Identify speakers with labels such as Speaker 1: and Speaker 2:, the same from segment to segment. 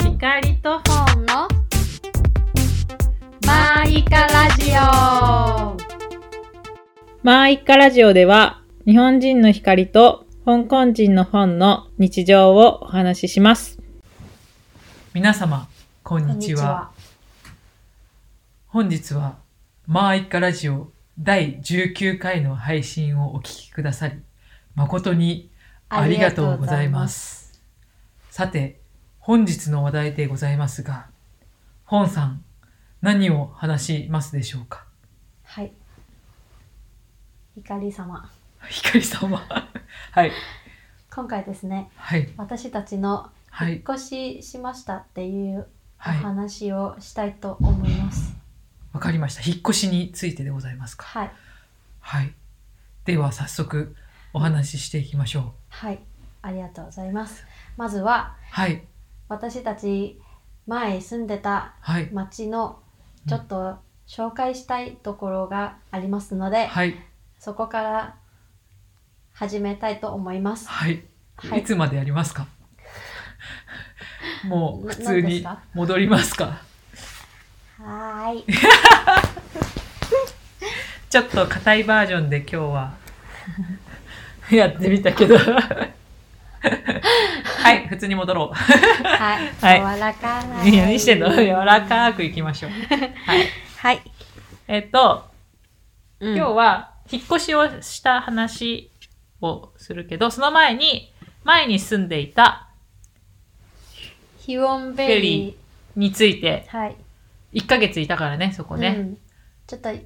Speaker 1: 光と本のマイカラジオマーイカラジオでは日本人の光と香港人の本の日常をお話しします
Speaker 2: 皆様こん
Speaker 3: こ
Speaker 2: にちは本日は「まあいっかラジオ」第19回の配信をお聞きくださり誠にありがとうございますさて本日の話題でございますが本さん何を話しますでしょうか
Speaker 3: はい。光様。
Speaker 2: 光様はい
Speaker 3: 今回ですね、
Speaker 2: はい
Speaker 3: 私たちの
Speaker 2: は
Speaker 3: 引
Speaker 2: い
Speaker 3: っ越ししましたっていうお
Speaker 2: はい
Speaker 3: 話をしたいと思います。
Speaker 2: わかりました引っ越しについてでございますか
Speaker 3: はい。
Speaker 2: はいでは早速お話ししていきましょ
Speaker 3: はい。ありがとうございます。まずは
Speaker 2: う、はい
Speaker 3: 私たち前住んでた
Speaker 2: はい
Speaker 3: 町のちょっと紹介したいところがありますので、
Speaker 2: はい
Speaker 3: そこから始めたいと思います。
Speaker 2: はい
Speaker 3: はい
Speaker 2: いつまでやりま すかもう普通
Speaker 3: な何です
Speaker 2: に
Speaker 3: か
Speaker 2: 戻りますか
Speaker 3: はーい。
Speaker 2: ちょっと硬いバージョンで今日は やってみたけ どはい普通に戻 ろう
Speaker 3: はい。
Speaker 2: は
Speaker 3: 柔らか
Speaker 2: い
Speaker 3: い。
Speaker 2: や何してんの 柔らかくいきましょうはい
Speaker 3: はい。
Speaker 2: えっと
Speaker 3: 今
Speaker 2: 今日は引っ越しをした話をするけどその前に前に住んでいた
Speaker 3: ヒウォンベリ
Speaker 2: について
Speaker 3: ー。はい。
Speaker 2: 1ヶ月いたからねそこね、
Speaker 3: うんちょっとい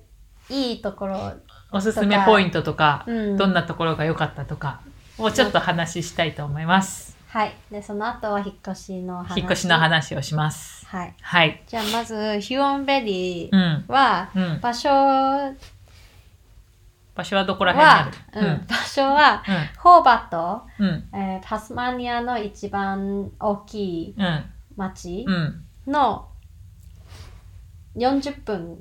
Speaker 3: いところ、
Speaker 2: おすすめポイントとか
Speaker 3: うん
Speaker 2: どんなところが良かったとかをちょっと話ししたいと思います。
Speaker 3: はい。で、その後は引っ越しの話。
Speaker 2: 引っ越しの。話をします。
Speaker 3: はい。
Speaker 2: はい。
Speaker 3: じゃあ、まず、ヒウォンベリ
Speaker 2: う
Speaker 3: ー
Speaker 2: ん。
Speaker 3: は、
Speaker 2: うん。
Speaker 3: 場所は、
Speaker 2: 場所はどこら辺
Speaker 3: う
Speaker 2: にあ
Speaker 3: ん場所は、
Speaker 2: る
Speaker 3: ホーバと、
Speaker 2: うん。うん。
Speaker 3: えータスマニアの一番大きい
Speaker 2: うん。
Speaker 3: 町
Speaker 2: うん。うん。
Speaker 3: の40分、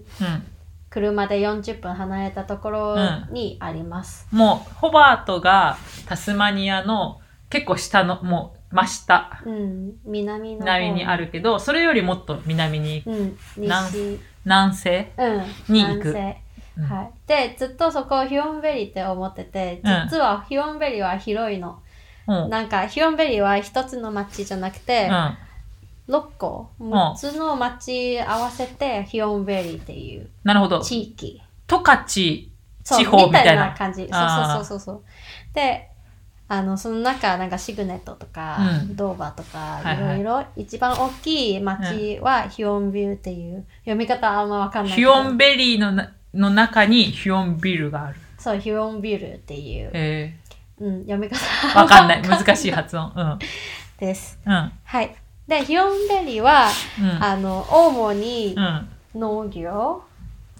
Speaker 3: 車で40分離れたところにあります。
Speaker 2: うん。もう、ホバートがタスマニアの結構下の、もう真下、
Speaker 3: うん、南の方
Speaker 2: 南にあるけど、それよりもっと南に、
Speaker 3: うん、
Speaker 2: 南
Speaker 3: 西。
Speaker 2: 南西
Speaker 3: うん、
Speaker 2: に行
Speaker 3: 男
Speaker 2: く
Speaker 3: 性
Speaker 2: うん
Speaker 3: はい、でずっとそこをヒヨンベリーって思ってて
Speaker 2: うん
Speaker 3: 実はヒヨンベリーは広いの、
Speaker 2: うん。
Speaker 3: なんかヒヨンベリーは一つの町じゃなく
Speaker 2: う
Speaker 3: て、
Speaker 2: ん。
Speaker 3: 6個6つの町合わせてヒヨンベリーっていう
Speaker 2: なるほど。
Speaker 3: 地域
Speaker 2: トカチ
Speaker 3: そう
Speaker 2: 地方みたいな
Speaker 3: 感じそう
Speaker 2: あー
Speaker 3: そうそうそうそうであのその中なんかシグネットとか、
Speaker 2: うん
Speaker 3: ドーバーとか
Speaker 2: はい
Speaker 3: い
Speaker 2: は
Speaker 3: ろ
Speaker 2: い
Speaker 3: いろ一番大きい町はヒヨンビューっていう読み方あんまわかんない
Speaker 2: ヒヨンベリーのなの中にヒヨンビルがある。
Speaker 3: そうヒヨンビューっていう
Speaker 2: え
Speaker 3: うん、読み方
Speaker 2: ー、わかんない。難しい発音。うん。
Speaker 3: です。
Speaker 2: うん。
Speaker 3: はい。で、ヒヨンベリーは、
Speaker 2: うん
Speaker 3: あの、主に
Speaker 2: うん。
Speaker 3: 農業、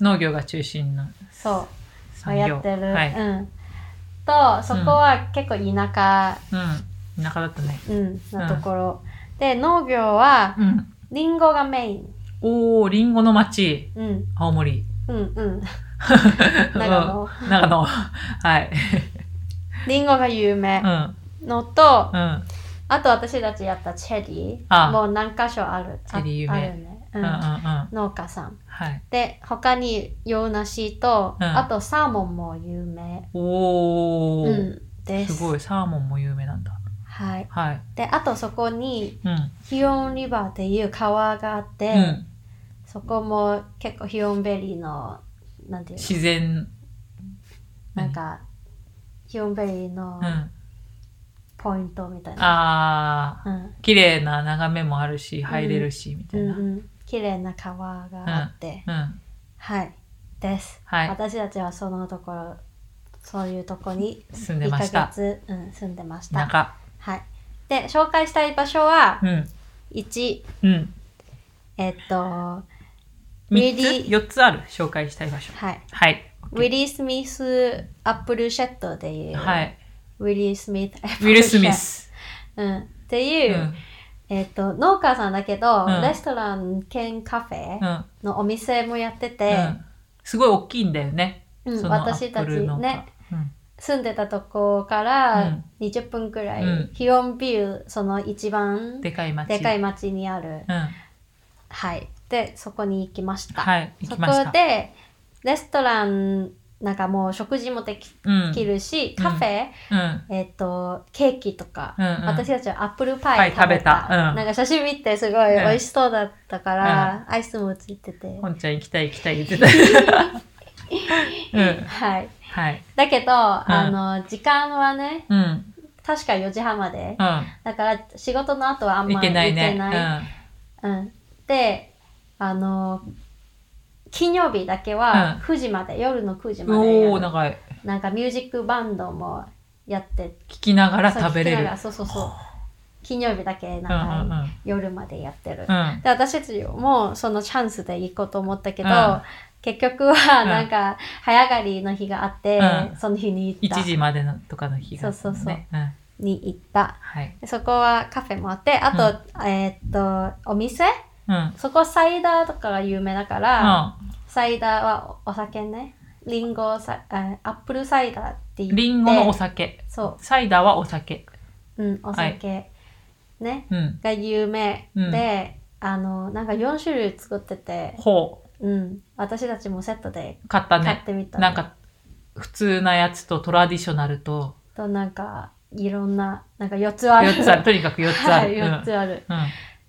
Speaker 2: 農業が中心の
Speaker 3: そ
Speaker 2: 産
Speaker 3: う、
Speaker 2: 業。
Speaker 3: やってる。
Speaker 2: はい。
Speaker 3: うん。と、そこは結構田舎、
Speaker 2: うん。田舎だったね。
Speaker 3: うん、なところ。で、農業は、
Speaker 2: うん。
Speaker 3: リンゴがメイン。
Speaker 2: おー、リンゴの町、
Speaker 3: うん、
Speaker 2: 青森。
Speaker 3: うん、うん。 長
Speaker 2: 長
Speaker 3: 野。
Speaker 2: 長野。はい。
Speaker 3: リンゴが有名
Speaker 2: うん。
Speaker 3: のと、
Speaker 2: うん。
Speaker 3: あと私たちやったチェリ
Speaker 2: あ
Speaker 3: ー、もう何箇所ある。
Speaker 2: チェリー有名
Speaker 3: ああるね。
Speaker 2: う
Speaker 3: うん。
Speaker 2: うんうんん。
Speaker 3: 農家さん。
Speaker 2: はい。
Speaker 3: で他に洋梨と、
Speaker 2: うん
Speaker 3: あとサーモンも有名、
Speaker 2: お
Speaker 3: う
Speaker 2: ー。
Speaker 3: ん、です
Speaker 2: すごい。サーモンも有名なんだ。
Speaker 3: はい、
Speaker 2: はい。
Speaker 3: であとそこに
Speaker 2: うん。
Speaker 3: ヒヨンリバーっていう川があって、
Speaker 2: うん。
Speaker 3: そこも結構ヒヨンベリーのなんていう
Speaker 2: 自然。
Speaker 3: のなんかヒヨンベリーの
Speaker 2: うん。
Speaker 3: ポイントみたいな、
Speaker 2: あ
Speaker 3: うん
Speaker 2: ー。綺麗な眺めもあるし、入れるし、みた
Speaker 3: う
Speaker 2: い
Speaker 3: ん
Speaker 2: な。
Speaker 3: うん、綺麗な川があって、
Speaker 2: うん。
Speaker 3: はいです、
Speaker 2: はい
Speaker 3: 私たちはそのところそういうとこに
Speaker 2: 住んで
Speaker 3: 1
Speaker 2: ま
Speaker 3: ヶ
Speaker 2: した。
Speaker 3: 月、うん、住んでました
Speaker 2: 田舎。
Speaker 3: はい。で、紹介したい場所は
Speaker 2: う、ん。
Speaker 3: 1、
Speaker 2: うん。
Speaker 3: えっと、は
Speaker 2: 三つ
Speaker 3: Really-
Speaker 2: 四つある紹介したい場所。
Speaker 3: い。
Speaker 2: はい。
Speaker 3: ウィリー・スミス・アップルシェットっていう、
Speaker 2: はい。
Speaker 3: ウィリー・スミス・
Speaker 2: ウィル・スミ。ス。
Speaker 3: うん。って
Speaker 2: う
Speaker 3: いう、
Speaker 2: ん。
Speaker 3: えっと、農家さんだけど、
Speaker 2: うん
Speaker 3: レストラン兼カフェ
Speaker 2: うん。
Speaker 3: のお店もやって
Speaker 2: う
Speaker 3: て、
Speaker 2: ん。すごい大きいんだよね。
Speaker 3: うん
Speaker 2: その
Speaker 3: 私た
Speaker 2: アッ
Speaker 3: ち
Speaker 2: プルの
Speaker 3: ね、
Speaker 2: うん。
Speaker 3: 住んでたとこか
Speaker 2: う
Speaker 3: ら
Speaker 2: ん
Speaker 3: 20分くらい、
Speaker 2: うん
Speaker 3: ヒヨンビューその一番
Speaker 2: でかい町。
Speaker 3: でかい町にある、
Speaker 2: うん。
Speaker 3: はいでそこに行きました、
Speaker 2: はい、行
Speaker 3: そ
Speaker 2: きまし
Speaker 3: こ
Speaker 2: た。
Speaker 3: でレストランなんかもう食事もでき
Speaker 2: うん。
Speaker 3: きるし、カフェ、
Speaker 2: うん。
Speaker 3: えっ、とケーキとか、
Speaker 2: うんうん
Speaker 3: 私たちはアップルパイ
Speaker 2: パ
Speaker 3: 食
Speaker 2: イ食べ
Speaker 3: べ
Speaker 2: た
Speaker 3: た
Speaker 2: うん
Speaker 3: なんか写真見てすごい美味しそうだったから、アイスもついてて、
Speaker 2: 本ちゃん行きたい行きたい言って た。うん。
Speaker 3: はい
Speaker 2: はい。
Speaker 3: だけど、あの時間はね
Speaker 2: うん。うん。
Speaker 3: 確か4時半まで、だから仕事の後はあん
Speaker 2: 行
Speaker 3: ま
Speaker 2: け
Speaker 3: り
Speaker 2: ない
Speaker 3: 行けない
Speaker 2: ね。
Speaker 3: うん、であの金曜日だけ
Speaker 2: うん
Speaker 3: は9時まで、夜の9時
Speaker 2: うん。
Speaker 3: まで
Speaker 2: おおー、
Speaker 3: や
Speaker 2: な
Speaker 3: る
Speaker 2: んか、
Speaker 3: なんかミュージックバンドもやって
Speaker 2: 聞きながら
Speaker 3: そう
Speaker 2: 食べれ
Speaker 3: 聞きな
Speaker 2: る
Speaker 3: が。らそうそうそう金曜日だけ
Speaker 2: うんうんう
Speaker 3: なんか
Speaker 2: ん。
Speaker 3: 夜までやってる、
Speaker 2: うん。
Speaker 3: で私たちもそのチャンスで行こうと思ったけど、
Speaker 2: うん
Speaker 3: 結局は
Speaker 2: うん
Speaker 3: なんか早上がりの日があって、
Speaker 2: うん
Speaker 3: その日に行った
Speaker 2: 1時までのとかの日が、ね。
Speaker 3: そうそうそう
Speaker 2: うん。
Speaker 3: に行った
Speaker 2: はい。
Speaker 3: でそこはカフェもあってあと、えーっとお店
Speaker 2: うん。うん。
Speaker 3: そこサイダーとかが有名だから、サイダーはおお酒ねリンゴさあアップルサイダーって言って
Speaker 2: リンゴのお酒。
Speaker 3: そ
Speaker 2: サイダーはお酒。
Speaker 3: う、うん、お酒、ね
Speaker 2: うん。
Speaker 3: が有名
Speaker 2: うん
Speaker 3: で、あのなんか4種類作ってて、
Speaker 2: ほ
Speaker 3: うん、私たちもセットで
Speaker 2: う。買った
Speaker 3: 買
Speaker 2: ね
Speaker 3: っ。てみたの
Speaker 2: なんか、普通なやつとトラディショナルと、
Speaker 3: となんかいろんななんか4つある
Speaker 2: 4つある。とにかく4つあ
Speaker 3: はい、
Speaker 2: る。うん
Speaker 3: 4つある、
Speaker 2: うん。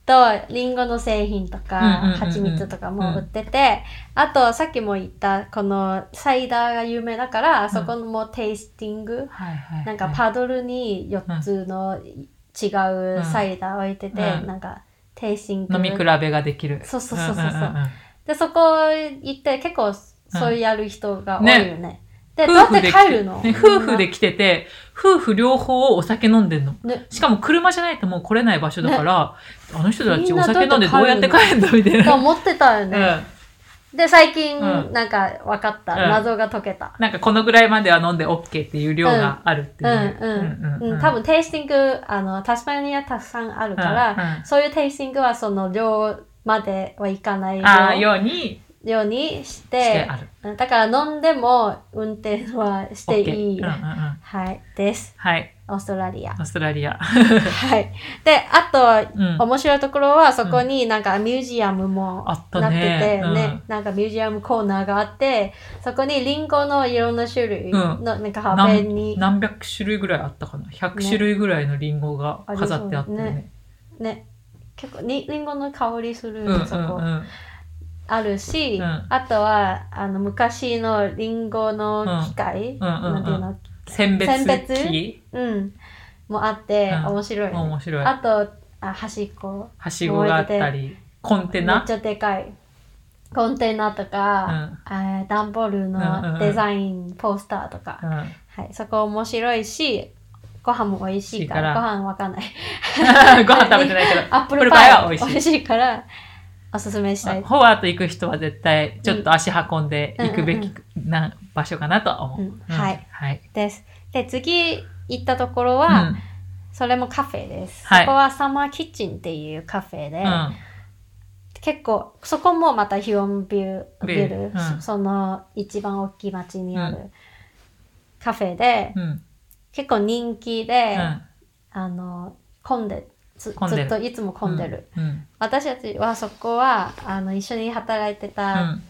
Speaker 3: とリンゴの製品とか、
Speaker 2: うんうんうんうん
Speaker 3: 蜂蜜とかも売ってて、あとさっきも言ったこのサイダーが有名だから、そこもテイスティング
Speaker 2: はいはい。
Speaker 3: なんかパドルに4つの違うサイダー置いてて、
Speaker 2: うん
Speaker 3: なんかテイスティング
Speaker 2: 飲み比べができる。
Speaker 3: そうそうそうそうそうん
Speaker 2: んんん
Speaker 3: でそこ行って結構そうやる人が多いよね,、でどうや
Speaker 2: 夫
Speaker 3: って
Speaker 2: 婦で来
Speaker 3: 帰
Speaker 2: て
Speaker 3: るの、
Speaker 2: ね 夫婦で来てて、夫婦両方お酒飲んでんの。
Speaker 3: ね
Speaker 2: しかも車じゃないともう来れない場所だから、あの人たち
Speaker 3: みん
Speaker 2: お
Speaker 3: な
Speaker 2: 酒飲んでど
Speaker 3: ど
Speaker 2: う
Speaker 3: う
Speaker 2: や
Speaker 3: や
Speaker 2: っ
Speaker 3: ってて
Speaker 2: 帰
Speaker 3: 帰
Speaker 2: んだみたい
Speaker 3: と
Speaker 2: な。
Speaker 3: 思ってたよ
Speaker 2: うん。
Speaker 3: ね、で最近、
Speaker 2: うん
Speaker 3: なんか分かった、
Speaker 2: うん
Speaker 3: 謎が解けた、
Speaker 2: なんかこのぐらいまでは飲んで OK っていう量があるって
Speaker 3: う
Speaker 2: い
Speaker 3: ん
Speaker 2: う
Speaker 3: う
Speaker 2: ね。
Speaker 3: んうん多分テイスティングあのタスマニアたくさんあるから、
Speaker 2: うんうん
Speaker 3: そういうテイスティングはその量まではいかない
Speaker 2: ああ、
Speaker 3: 量
Speaker 2: ように
Speaker 3: ようにし
Speaker 2: して
Speaker 3: て
Speaker 2: ある。
Speaker 3: うんだから飲んでも運転はして
Speaker 2: OK
Speaker 3: いい、
Speaker 2: うんうんうん
Speaker 3: はいです
Speaker 2: はい。
Speaker 3: オーストラリア
Speaker 2: オーストラリア。
Speaker 3: はいであと、
Speaker 2: うん
Speaker 3: 面白いところはそこになんかミュージアムも
Speaker 2: あ
Speaker 3: なっ
Speaker 2: ってた
Speaker 3: て
Speaker 2: ね
Speaker 3: ね
Speaker 2: うん
Speaker 3: なんかミュージアムコーナーがあってそこにリンゴのいろんな種類の、
Speaker 2: うん
Speaker 3: なんか
Speaker 2: 何
Speaker 3: 壁に
Speaker 2: 何百種類ぐらいあったかな。100
Speaker 3: ね
Speaker 2: 種類ぐらいのリンゴが飾ってあっ
Speaker 3: あり
Speaker 2: たよ
Speaker 3: そう
Speaker 2: ね。
Speaker 3: ね結構にリンゴの香りする、
Speaker 2: うんうんうん。
Speaker 3: そこあるし、
Speaker 2: うん
Speaker 3: あとはあの昔のリンゴの機械、
Speaker 2: うんうんうんうん
Speaker 3: なんていうの、
Speaker 2: 選別
Speaker 3: 選別
Speaker 2: 機
Speaker 3: うん、もあって、
Speaker 2: うん
Speaker 3: 面白い、ね
Speaker 2: 面白い。
Speaker 3: あとあ端っこ
Speaker 2: はしごがあったり、コンテ
Speaker 3: めっ
Speaker 2: ナ
Speaker 3: ち。ゃでかいコンテナとか、えー段ボール
Speaker 2: うんうんうん
Speaker 3: のデザイン、ポスターとか、
Speaker 2: うん。
Speaker 3: はい、そこ面白いしご飯も美味しいから
Speaker 2: 美味しいか
Speaker 3: ご飯わかん ない
Speaker 2: ご飯食べてないけど、
Speaker 3: アップルパイは
Speaker 2: アップルパイは美
Speaker 3: 美
Speaker 2: 味しい
Speaker 3: 味しいからおすすめしたい、
Speaker 2: ホワート行く人は絶対ちょっと足運んで行くべきな場所かなとは思う。
Speaker 3: うん
Speaker 2: うん
Speaker 3: はい。
Speaker 2: はい。
Speaker 3: ですで次行ったところ
Speaker 2: うん
Speaker 3: は、それもカフェです、
Speaker 2: はい
Speaker 3: そこはサマーキッチンっていうカフェで、
Speaker 2: うん
Speaker 3: 結構そこもまたヒオンビュー
Speaker 2: ビ
Speaker 3: ビ
Speaker 2: ュー
Speaker 3: ュル、
Speaker 2: うん
Speaker 3: そその一番大きい町にあ
Speaker 2: う
Speaker 3: るカフェで、
Speaker 2: うん。
Speaker 3: 結構人気で、
Speaker 2: うん
Speaker 3: あの混んでず
Speaker 2: 混んでる
Speaker 3: ずっといつも混んでる、。
Speaker 2: うん。
Speaker 3: 私たちはそこはあの一緒に働いて
Speaker 2: う
Speaker 3: た、
Speaker 2: ん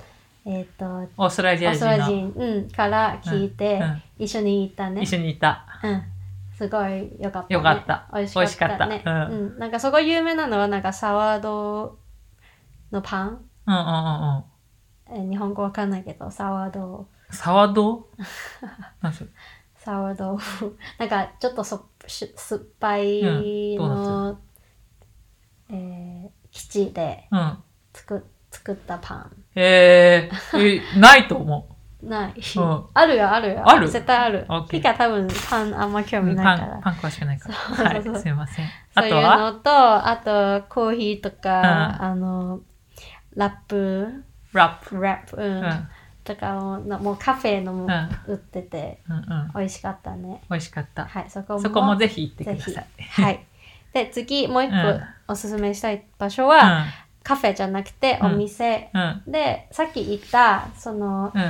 Speaker 3: えっ、と
Speaker 2: オーストラリ
Speaker 3: オ
Speaker 2: ア
Speaker 3: ース
Speaker 2: 人
Speaker 3: トラリア
Speaker 2: の
Speaker 3: 人、うん、から聞いて、
Speaker 2: うんうん
Speaker 3: 一緒に行ったね
Speaker 2: 一緒にいた。
Speaker 3: うん、すごいよかった、ね。
Speaker 2: よかった
Speaker 3: 美味しかった、ね。
Speaker 2: 美味しかったう
Speaker 3: うん、なんかそこ有名なのは、なんかサワードのパン。
Speaker 2: うんうんうんうん。
Speaker 3: えー日本語わかんないけど、サワード。
Speaker 2: サワド なんそれ
Speaker 3: サワード。 なんかちょっとそし酸っぱい
Speaker 2: うんドー
Speaker 3: の、えー基地で
Speaker 2: うん。
Speaker 3: 作作ったパン。
Speaker 2: えー、え、ないと思 う。
Speaker 3: ない。
Speaker 2: うん
Speaker 3: あるよ、あるよ。
Speaker 2: ある
Speaker 3: 絶対ある
Speaker 2: OK。
Speaker 3: ピカ多分パンあんま興
Speaker 2: う
Speaker 3: 味
Speaker 2: ん
Speaker 3: な
Speaker 2: パ
Speaker 3: いから
Speaker 2: ン、。パン詳しくないから。
Speaker 3: そうそう
Speaker 2: はい、
Speaker 3: そう
Speaker 2: すいません。あ
Speaker 3: そういう
Speaker 2: とは
Speaker 3: のと、あとコーヒーとか、
Speaker 2: うん
Speaker 3: あの、ラップ、
Speaker 2: ラップ。
Speaker 3: ラップ、うん
Speaker 2: うん
Speaker 3: とかもなもうカフェのも
Speaker 2: う
Speaker 3: 売ってて、
Speaker 2: うんうん。
Speaker 3: 美味しかったね。
Speaker 2: 美味しかった。
Speaker 3: はい、そこも。
Speaker 2: そこもぜひ行ってく
Speaker 3: ぜ
Speaker 2: だ
Speaker 3: ひ
Speaker 2: さい。
Speaker 3: はい。で、次、もう一
Speaker 2: うん
Speaker 3: 個おすすめしたい場所
Speaker 2: う
Speaker 3: は、
Speaker 2: ん
Speaker 3: カフェじゃなくて
Speaker 2: うん
Speaker 3: お店、
Speaker 2: うん。
Speaker 3: でさっき言ったその
Speaker 2: うん。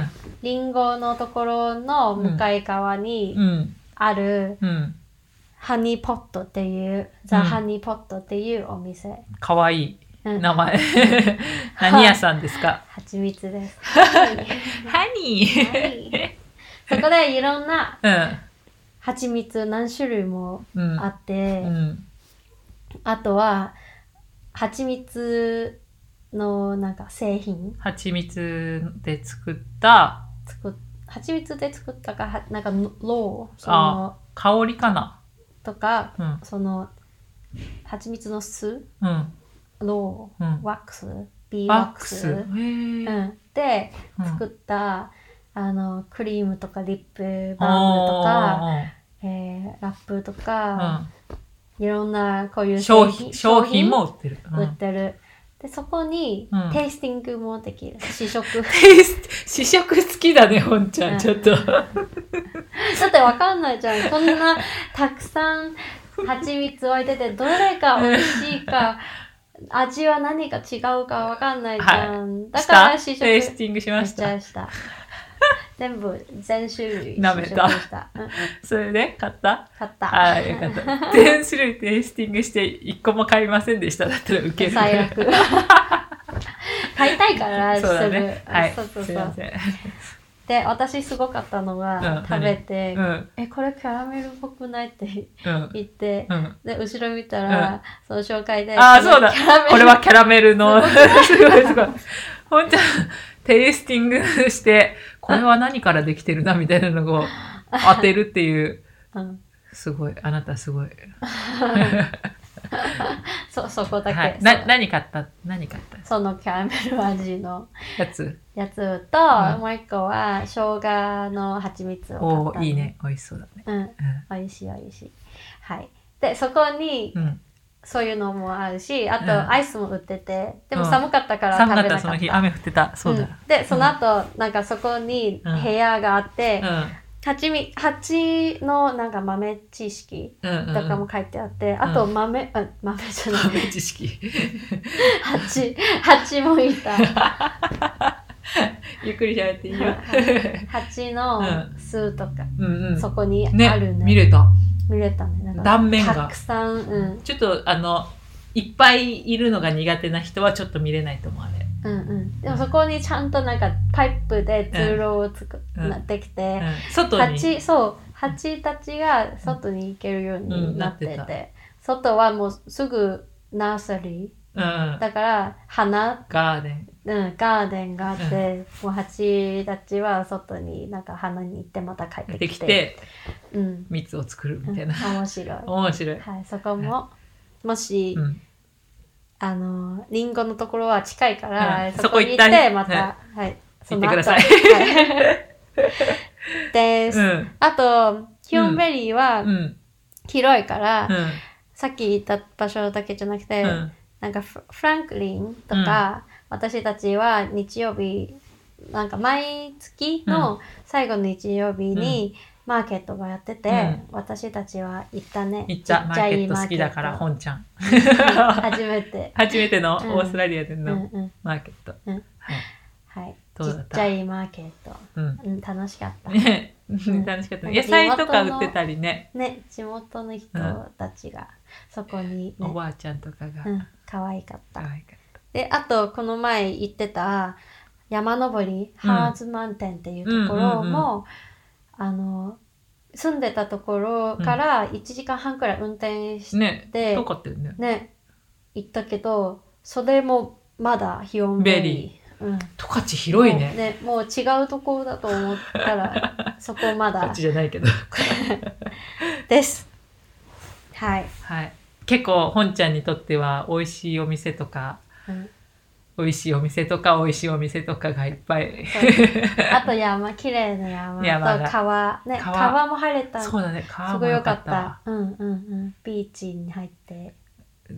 Speaker 3: リンゴのところの向かい側に
Speaker 2: うん。
Speaker 3: ある
Speaker 2: うん。
Speaker 3: ハニーポットっていう、ザ・
Speaker 2: うん
Speaker 3: ハニーポットっていうお店。
Speaker 2: かわいい
Speaker 3: うん、
Speaker 2: 名前。何屋さんですか
Speaker 3: 蜂蜜です。
Speaker 2: ハニー。
Speaker 3: はい そこでいろんな
Speaker 2: う
Speaker 3: 蜂蜜何種類も
Speaker 2: ん。うん
Speaker 3: あ。って、
Speaker 2: うん。
Speaker 3: あとは蜂蜜のなんか製品
Speaker 2: 蜂蜜で作った
Speaker 3: 作っ蜂蜜で作ったかはなんかのローその
Speaker 2: あ香りかな。
Speaker 3: とか
Speaker 2: うん。
Speaker 3: その蜂蜜の巣
Speaker 2: うん。
Speaker 3: ロ
Speaker 2: う
Speaker 3: ー
Speaker 2: ん。
Speaker 3: ワックスビーワ
Speaker 2: バ
Speaker 3: ッ
Speaker 2: ッ
Speaker 3: ク
Speaker 2: ク
Speaker 3: ス
Speaker 2: ス。へぇ
Speaker 3: う
Speaker 2: ー。
Speaker 3: ん、で
Speaker 2: うん
Speaker 3: 作った、あのクリームとかリップバームとか、えーラップと
Speaker 2: お
Speaker 3: か、
Speaker 2: ー
Speaker 3: いろんなこういううん
Speaker 2: 商品、商品も売ってる。う
Speaker 3: 売っ
Speaker 2: ん
Speaker 3: てる、でそこに、
Speaker 2: うん
Speaker 3: テイスティングもできる試食 だ
Speaker 2: テイスト試食好きだね、ほんちゃ。
Speaker 3: うんん
Speaker 2: ちょっと。
Speaker 3: ってわかんないじゃんこんなたくさん蜂蜜置いててどれが美味しいか味は何か違うかわかんないじゃん、だから
Speaker 2: した
Speaker 3: 試食
Speaker 2: テイスティングしま
Speaker 3: めっ
Speaker 2: し
Speaker 3: ちゃ
Speaker 2: た。
Speaker 3: した。全部、全種類
Speaker 2: 舐めた
Speaker 3: 試食した。うん、
Speaker 2: それで買った
Speaker 3: 買った。
Speaker 2: はい、よかった。全種類テイスティングして一個も買いませんでした。だったら受ける。
Speaker 3: 最悪。 買いたいから、
Speaker 2: そうだ
Speaker 3: す
Speaker 2: ね。
Speaker 3: ぐ。
Speaker 2: はい。
Speaker 3: そうそう
Speaker 2: す
Speaker 3: そ
Speaker 2: いま
Speaker 3: う。
Speaker 2: せん。
Speaker 3: で、私すごかったのが、
Speaker 2: うん
Speaker 3: 食べて、
Speaker 2: うん。
Speaker 3: え、これキャラメルっぽくないって
Speaker 2: うん。
Speaker 3: 言って、
Speaker 2: うん。
Speaker 3: で、後ろ見たら、その紹介で、
Speaker 2: あー
Speaker 3: この
Speaker 2: そうだ
Speaker 3: キャラメル
Speaker 2: これはキャラメルの、すごいすごい。ほんちゃん、テイスティングして、これは何からできてるなみたいなのを当てるっていう、
Speaker 3: うん
Speaker 2: すごい、あなたすごい。
Speaker 3: そ、そこだけ。
Speaker 2: はい。
Speaker 3: そ
Speaker 2: な、何買った何買っ
Speaker 3: そのキャラメル味の
Speaker 2: たやつ
Speaker 3: やつと、
Speaker 2: うん
Speaker 3: もう一個は生姜の蜂蜜を
Speaker 2: お
Speaker 3: 買った
Speaker 2: ー、
Speaker 3: の
Speaker 2: いい。ね。美味しそうだね。
Speaker 3: うん。美味しい美味しい。はい。で、そこに
Speaker 2: うん。うん。
Speaker 3: そういうのもあるし、あ
Speaker 2: うん
Speaker 3: とアイスも売ってて、でも
Speaker 2: うん
Speaker 3: 寒かったから食
Speaker 2: 寒
Speaker 3: べなかっ
Speaker 2: かっ、
Speaker 3: たた。
Speaker 2: その日。雨降ってた。そうだ。
Speaker 3: んで、その後、なんかそこに
Speaker 2: うん
Speaker 3: 部屋があって
Speaker 2: う、ん。
Speaker 3: 蜂蜜、蜂のなんか豆知識
Speaker 2: うんう
Speaker 3: と
Speaker 2: ん
Speaker 3: かも書いてあって、あと豆、あ豆じゃない、
Speaker 2: 豆知 識
Speaker 3: 蜂、蜂もい た。
Speaker 2: ゆっくり喋っていいよ
Speaker 3: 蜂の巣とか、
Speaker 2: うんうん
Speaker 3: そこに
Speaker 2: ね
Speaker 3: あるね。
Speaker 2: 見れた
Speaker 3: 見れたね。なんか
Speaker 2: 断面が
Speaker 3: たくさん、うん、
Speaker 2: ちょっとあのいっぱいいるのが苦手な人はちょっと見れないと思うあれ
Speaker 3: うんうん。でもそこにちゃんとなんかパイプで通路を作っ、
Speaker 2: うん
Speaker 3: なってきて、
Speaker 2: うん外に
Speaker 3: 蜂そう蜂たちが外に行けるようになってて,、
Speaker 2: うんなって
Speaker 3: 外はもうすぐナーサリ
Speaker 2: うん
Speaker 3: ーだから花、
Speaker 2: ガーデン
Speaker 3: うん、ガーデンがあって、もう蜂たちは外になんか花に行ってまた帰って
Speaker 2: で
Speaker 3: き
Speaker 2: き
Speaker 3: て
Speaker 2: て
Speaker 3: うん、
Speaker 2: 蜜を作る
Speaker 3: うん
Speaker 2: みたいな、
Speaker 3: 面 白い、
Speaker 2: 面白い、
Speaker 3: はい、そこももし、
Speaker 2: うん、
Speaker 3: あのリンゴのところは近いから、
Speaker 2: うん
Speaker 3: そこに行っ
Speaker 2: そこ行ってた
Speaker 3: また、はい、
Speaker 2: 行ってください
Speaker 3: その後はい です、
Speaker 2: うん
Speaker 3: あとヒョンベリーは
Speaker 2: うん
Speaker 3: 広いから、
Speaker 2: うん
Speaker 3: さっき言った場所だけじゃなくて、
Speaker 2: うん
Speaker 3: なんかフフランクリンとか、私たちは日曜日なんか毎月の最後の日曜日にマーケットがやってて、
Speaker 2: うん
Speaker 3: 私たちは行ったね
Speaker 2: いっちゃマーケット好きだから
Speaker 3: マー
Speaker 2: 本ちゃん
Speaker 3: ケット初めて、
Speaker 2: 初めてのオ
Speaker 3: うん
Speaker 2: ーストラリアで
Speaker 3: うんう
Speaker 2: の
Speaker 3: ん、
Speaker 2: マーケット、
Speaker 3: うん
Speaker 2: はい
Speaker 3: はいち
Speaker 2: どうだった
Speaker 3: っちゃいマーケット、
Speaker 2: うん
Speaker 3: うん、楽しかった
Speaker 2: ね、
Speaker 3: ん
Speaker 2: 楽しかったね
Speaker 3: なん
Speaker 2: 野
Speaker 3: か
Speaker 2: 菜とか売ってたりね
Speaker 3: ね地元の人たちがそこに、
Speaker 2: お
Speaker 3: ね
Speaker 2: ばあちゃんとかが、
Speaker 3: うん、可愛かった
Speaker 2: 可愛かっ
Speaker 3: であとこの前行ってた山登り、ハーズマウンテンっていうところも、あの住んでたところから1時間半くらい運転
Speaker 2: た
Speaker 3: して、
Speaker 2: ね
Speaker 3: で
Speaker 2: どこってね
Speaker 3: ね行ったけどそれもまだヒオンベリー。うん、
Speaker 2: 十勝広いね
Speaker 3: もうねもう違うところだと思った らそこまだ
Speaker 2: 十勝じゃないけど
Speaker 3: です。はい、
Speaker 2: はい結構本ちゃんにとっては美味しいお店とか
Speaker 3: うん
Speaker 2: 美味しいお店とか美味しいお店とかがいっぱい
Speaker 3: あと山綺麗な山
Speaker 2: 山が
Speaker 3: と川ね
Speaker 2: 川
Speaker 3: 川も晴れたんで
Speaker 2: そうだね川
Speaker 3: す
Speaker 2: も
Speaker 3: ごい
Speaker 2: 良
Speaker 3: 良
Speaker 2: か
Speaker 3: か
Speaker 2: っ
Speaker 3: ったた。うんうんうん。ビーチに入って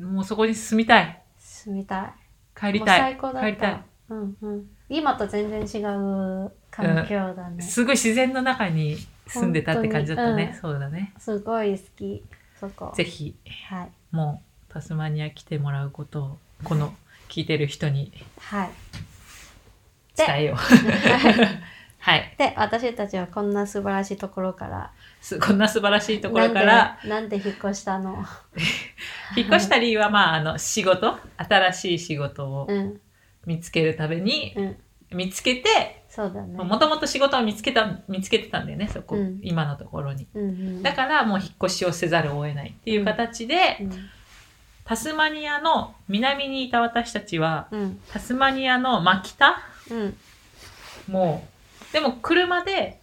Speaker 2: もうそこに住みたい
Speaker 3: 住みた
Speaker 2: 帰
Speaker 3: い。
Speaker 2: り
Speaker 3: もう
Speaker 2: たい
Speaker 3: 最高だった。
Speaker 2: 帰りたい
Speaker 3: うんうん。今と全然違う環境だね。
Speaker 2: すごい自然の中に住んでたって感じだったね、
Speaker 3: 本
Speaker 2: そうだね
Speaker 3: すごい好き。そこ。
Speaker 2: ぜひ
Speaker 3: はい。
Speaker 2: もうタスマニア来てもらうことをこの聞いてる人に
Speaker 3: はい。
Speaker 2: 伝え よう。はい。
Speaker 3: で、私たちはこんな素晴らしいところから。
Speaker 2: すこんな素晴らしいところから、
Speaker 3: なんで、なんで引っ越したの
Speaker 2: 引っ越した理由は、まあ、あの、仕事、新しい仕事を
Speaker 3: うん、
Speaker 2: 見つけるために、
Speaker 3: うん。
Speaker 2: 見つけて、
Speaker 3: そうだね。
Speaker 2: もともと仕事を見つけた、見つけてたんだよね、そこ、
Speaker 3: うん
Speaker 2: 今のところに。
Speaker 3: うんうん、
Speaker 2: だから、もう引っ越しをせざるを得ないっていう形で、タスマニアの南にいた私たちは、
Speaker 3: うん、
Speaker 2: タスマニアの真北
Speaker 3: うん、
Speaker 2: もう、でも車で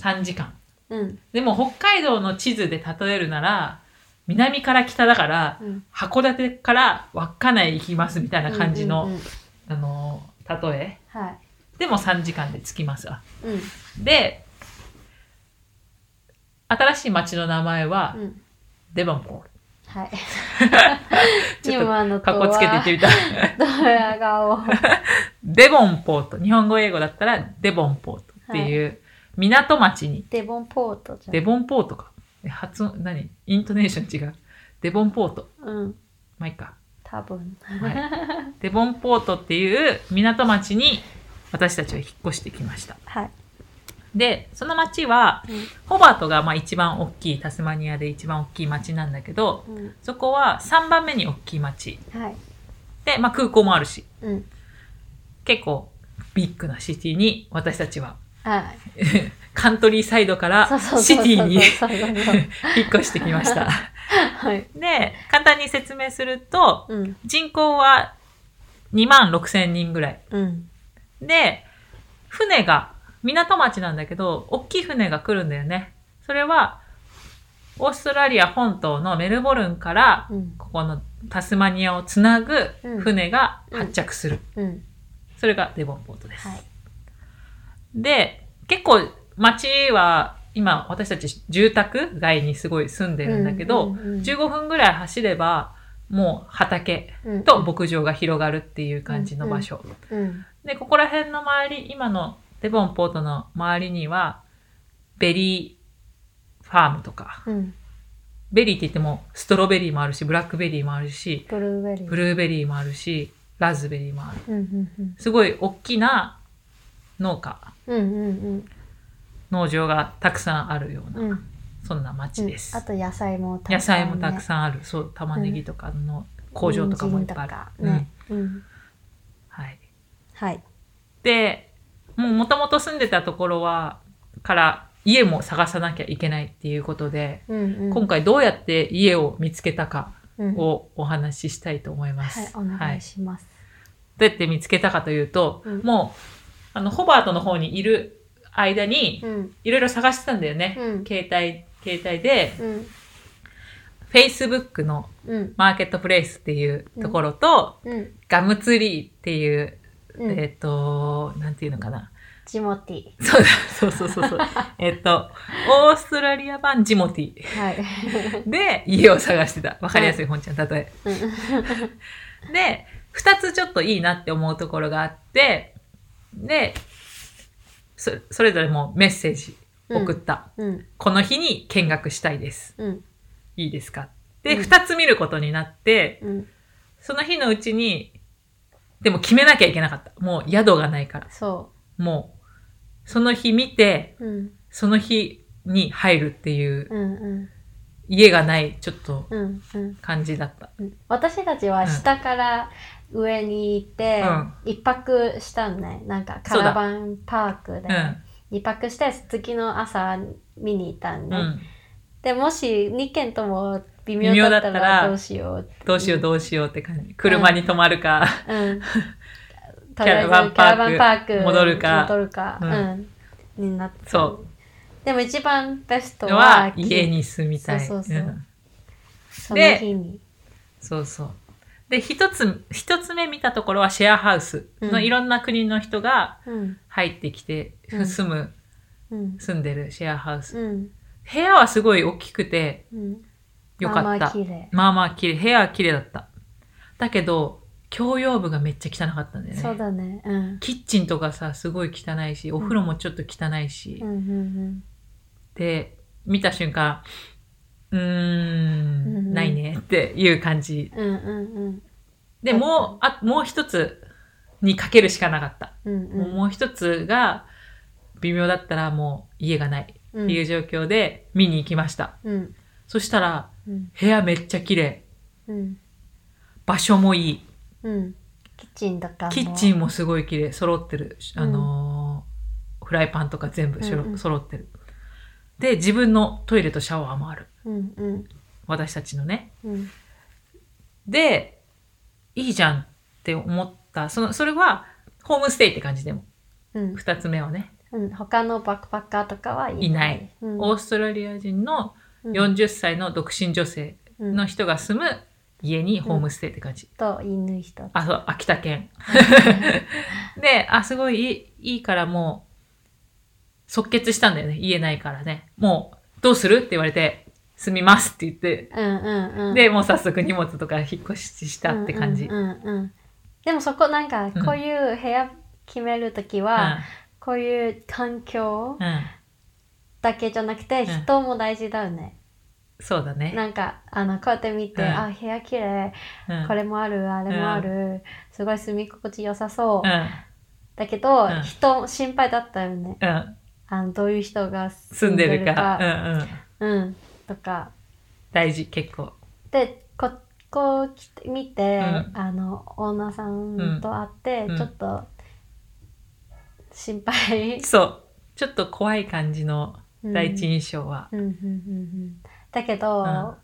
Speaker 2: 3時間。
Speaker 3: うん、
Speaker 2: でも北海道の地図で例えるなら、南から北だから、
Speaker 3: うん。
Speaker 2: 函館から稚内行きますみたいな感じの、
Speaker 3: うんうんうん
Speaker 2: あのー、例え。
Speaker 3: はい。
Speaker 2: でも3時間で着きますわ。
Speaker 3: うん、
Speaker 2: で、新しい町の名前は、
Speaker 3: うん。
Speaker 2: デバンポール。
Speaker 3: はい。
Speaker 2: ちょっ
Speaker 3: 今の
Speaker 2: と、かっこつけて言ってみた。
Speaker 3: ドヤ顔。
Speaker 2: デボンポート。日本語英語だったら、デボンポートっていう、港町に、
Speaker 3: デボンポートじゃん。
Speaker 2: デボンポートか。え発音、何イントネーション違う。デボンポート。
Speaker 3: うん、
Speaker 2: まあ、いいか。
Speaker 3: 多分。
Speaker 2: はい、デボンポートっていう港町に私たちは引っ越してきました。
Speaker 3: はい。
Speaker 2: で、その町は、
Speaker 3: う
Speaker 2: ホバートがまあ一番大きい、タスマニアで一番大きい町なんだけど、
Speaker 3: ん、うん。
Speaker 2: そこは3番目に大きい町。
Speaker 3: はい。
Speaker 2: で、まあ空港もあるし、
Speaker 3: うん。
Speaker 2: 結構ビッグなシティに私たちは、
Speaker 3: はい。
Speaker 2: カントリーサイドから
Speaker 3: そうそう
Speaker 2: シ
Speaker 3: そうそう
Speaker 2: ティに
Speaker 3: そうそうそう
Speaker 2: 引っ越してきまし た。
Speaker 3: はい。
Speaker 2: で、簡単に説明すると、
Speaker 3: うん、
Speaker 2: 人口は2万6千人ぐらい。
Speaker 3: うん、
Speaker 2: で、船が、港町なんだけど、大きい船が来るんだよね。それは、オーストラリア本島のメルボルンから、
Speaker 3: うん、
Speaker 2: ここのタスマニアをつなぐ船が
Speaker 3: うん
Speaker 2: 発着する。
Speaker 3: うん。
Speaker 2: それがデボンポートです。
Speaker 3: はい。
Speaker 2: で、結構町は、今私たち住宅街にすごい住んでるんだけど、
Speaker 3: うんうんうん
Speaker 2: 15分ぐらい走れば、もう畑
Speaker 3: うん
Speaker 2: と牧場が広がるっていう感じの場所。
Speaker 3: うん、
Speaker 2: で、ここら辺の周り、今のデボンポートの周りには、ベリーファームとか、
Speaker 3: うん。
Speaker 2: ベリーって言っても、ストロベリーもあるし、ブラックベリーもあるし、
Speaker 3: ブルーベリー。
Speaker 2: ブルーベリーもあるし、ラズベリーもある。
Speaker 3: うん、うん、
Speaker 2: すごい大きな農家、
Speaker 3: うん。うん、うん、
Speaker 2: 農場がたくさんあるよう
Speaker 3: うん。う
Speaker 2: な、
Speaker 3: ん。
Speaker 2: そんな町です。
Speaker 3: あと野菜も
Speaker 2: 野菜もた
Speaker 3: ん
Speaker 2: く
Speaker 3: ね
Speaker 2: さんある。そう、玉ねぎとかの工場とかもいっぱ
Speaker 3: 人参
Speaker 2: いある。
Speaker 3: とか
Speaker 2: うん
Speaker 3: ね、うん、
Speaker 2: はい。
Speaker 3: はい
Speaker 2: で、もう元々住んでたところは、から家も探さなきゃいけないっていうことで、
Speaker 3: うんうん
Speaker 2: 今回どうやって家を見つけたか
Speaker 3: うん
Speaker 2: をお話ししたいと思います。
Speaker 3: はいお願いします、
Speaker 2: どうやって見つけたかというと、
Speaker 3: うん
Speaker 2: もう、あの、ホバートの方にいる間に、
Speaker 3: うん
Speaker 2: いろいろ探してたんだよね。
Speaker 3: うん
Speaker 2: 携帯、携帯で、
Speaker 3: うん
Speaker 2: Facebook の
Speaker 3: うん
Speaker 2: マーケットプレイスっていうところと、
Speaker 3: うん
Speaker 2: ガムツリーっていう、
Speaker 3: うん
Speaker 2: えっ、と、なんていうのかな。
Speaker 3: ジモティ
Speaker 2: そうだ、そうそうそ うそう。えっと、オーストラリア版ジモティ
Speaker 3: はい
Speaker 2: で家を探してた。わかりやすい、本ちゃん、例え。で、二つちょっといいなって思うところがあって、で、そそれぞれもうメッセージ送った。
Speaker 3: うん
Speaker 2: この日に見学したいです。
Speaker 3: うん
Speaker 2: いいですかで、
Speaker 3: うん
Speaker 2: 二つ見ることになって、
Speaker 3: うん
Speaker 2: その日のうちに、でも決めなきゃいけなかった。もう宿がないから。
Speaker 3: そ
Speaker 2: もう、その日見て、
Speaker 3: ううん
Speaker 2: その日に入るっていう
Speaker 3: うんうん
Speaker 2: 家がないちょっと
Speaker 3: うんうん
Speaker 2: 感じだった。
Speaker 3: うん私たちは下から上に行って
Speaker 2: うん
Speaker 3: 一泊したんねなんかカ
Speaker 2: そうだ
Speaker 3: ラバンパーク
Speaker 2: う
Speaker 3: で
Speaker 2: ん。
Speaker 3: 二泊して次の朝見に行ったん
Speaker 2: う
Speaker 3: ね、
Speaker 2: ん。
Speaker 3: でもし2軒とも微妙だった
Speaker 2: 微妙だったら
Speaker 3: らどうしようって
Speaker 2: どうしようどうしようって感じ。車に泊まるか。
Speaker 3: うん と
Speaker 2: キ
Speaker 3: りあ
Speaker 2: ャ
Speaker 3: え
Speaker 2: ラ
Speaker 3: ず
Speaker 2: バン
Speaker 3: キャラバンパー
Speaker 2: パー
Speaker 3: ク
Speaker 2: ク戻るか
Speaker 3: 戻るか
Speaker 2: う
Speaker 3: うんん、になって
Speaker 2: そう
Speaker 3: でも一番ベスト
Speaker 2: の
Speaker 3: は
Speaker 2: は家に住みたい。
Speaker 3: そうそうそうんその日に
Speaker 2: そうそう。で、一つ、一つ目見たところはシェアハウス
Speaker 3: う
Speaker 2: の
Speaker 3: ん
Speaker 2: いろんな国の人が
Speaker 3: うん
Speaker 2: 入ってきて、
Speaker 3: うん
Speaker 2: 住む、
Speaker 3: うん
Speaker 2: 住んでるシェアハウス。
Speaker 3: うん
Speaker 2: 部屋はすごい大きくて
Speaker 3: うん
Speaker 2: よか
Speaker 3: まあ
Speaker 2: った。
Speaker 3: まあ綺麗
Speaker 2: まあまあ綺麗。部屋は綺麗だった。だけど、共用部がめっちゃ汚かったんだよね。
Speaker 3: そうだねうん
Speaker 2: キッチンとかさ、すごい汚いし、お風呂もちょっと汚いし。
Speaker 3: うんうん
Speaker 2: で、見た瞬間、うー
Speaker 3: うん
Speaker 2: ん、ないねっていう感じ
Speaker 3: うんうんうん
Speaker 2: で、もう、あ、もう一つにかけるしかなかった。
Speaker 3: うんう
Speaker 2: もうんもう一つが微妙だったらもう家がないっ
Speaker 3: う
Speaker 2: て
Speaker 3: ん
Speaker 2: いう状況で見に行きました。
Speaker 3: うん
Speaker 2: そしたら
Speaker 3: うん
Speaker 2: 部屋めっちゃ綺麗。
Speaker 3: うん
Speaker 2: 場所もいい。
Speaker 3: うんキッチンとかも
Speaker 2: キッチンもすごい綺麗。揃ってる。あのーフライパンとか全部しろ
Speaker 3: うんうん
Speaker 2: 揃ってる。で、自分のトイレとシャワーもある。
Speaker 3: うんうん
Speaker 2: 私たちのね。
Speaker 3: うん
Speaker 2: で、いいじゃんって思った。その、それは、ホームステイって感じでも。
Speaker 3: うん
Speaker 2: 二つ目はね。
Speaker 3: うん他のバックパッカーとかはいない
Speaker 2: いない
Speaker 3: うん
Speaker 2: オーストラリア人の
Speaker 3: うん
Speaker 2: 40歳の独身女性
Speaker 3: うん
Speaker 2: の人が住む家にホームステイって感じ。
Speaker 3: と犬人
Speaker 2: あ、そう、秋田県。で、あ、すごいいいいいからもう、即決したんだよね。言えないからね。もう、どうするって言われて、住みますって言って、
Speaker 3: うんうんうん
Speaker 2: で、もう早速荷物とか引っ越ししたって感じ。
Speaker 3: うんうんうんうんでもそこなんか
Speaker 2: うん
Speaker 3: こういう部屋決めるときは、こういう環境
Speaker 2: うんうん
Speaker 3: だけじゃなくて
Speaker 2: ん
Speaker 3: 人も大事だよね、
Speaker 2: そうだね。
Speaker 3: なんかあのこうやって見て、
Speaker 2: うん
Speaker 3: あ部屋綺麗
Speaker 2: うん
Speaker 3: これもあるあれもある、すごい住み心地良さそう、
Speaker 2: うん。
Speaker 3: だけど、
Speaker 2: うん
Speaker 3: 人心配だったよね
Speaker 2: うん。
Speaker 3: あのどういう人が
Speaker 2: 住んでるか。
Speaker 3: か
Speaker 2: うんうん。
Speaker 3: うん、とか
Speaker 2: 大事、結構。
Speaker 3: でここう来て見て、
Speaker 2: う
Speaker 3: あのオーナーさんと会って、
Speaker 2: うん
Speaker 3: ちょっと心配
Speaker 2: そう。ちょっと怖い感じの 第一
Speaker 3: うん
Speaker 2: 印象は。
Speaker 3: うんうんうんうんだけど、
Speaker 2: うん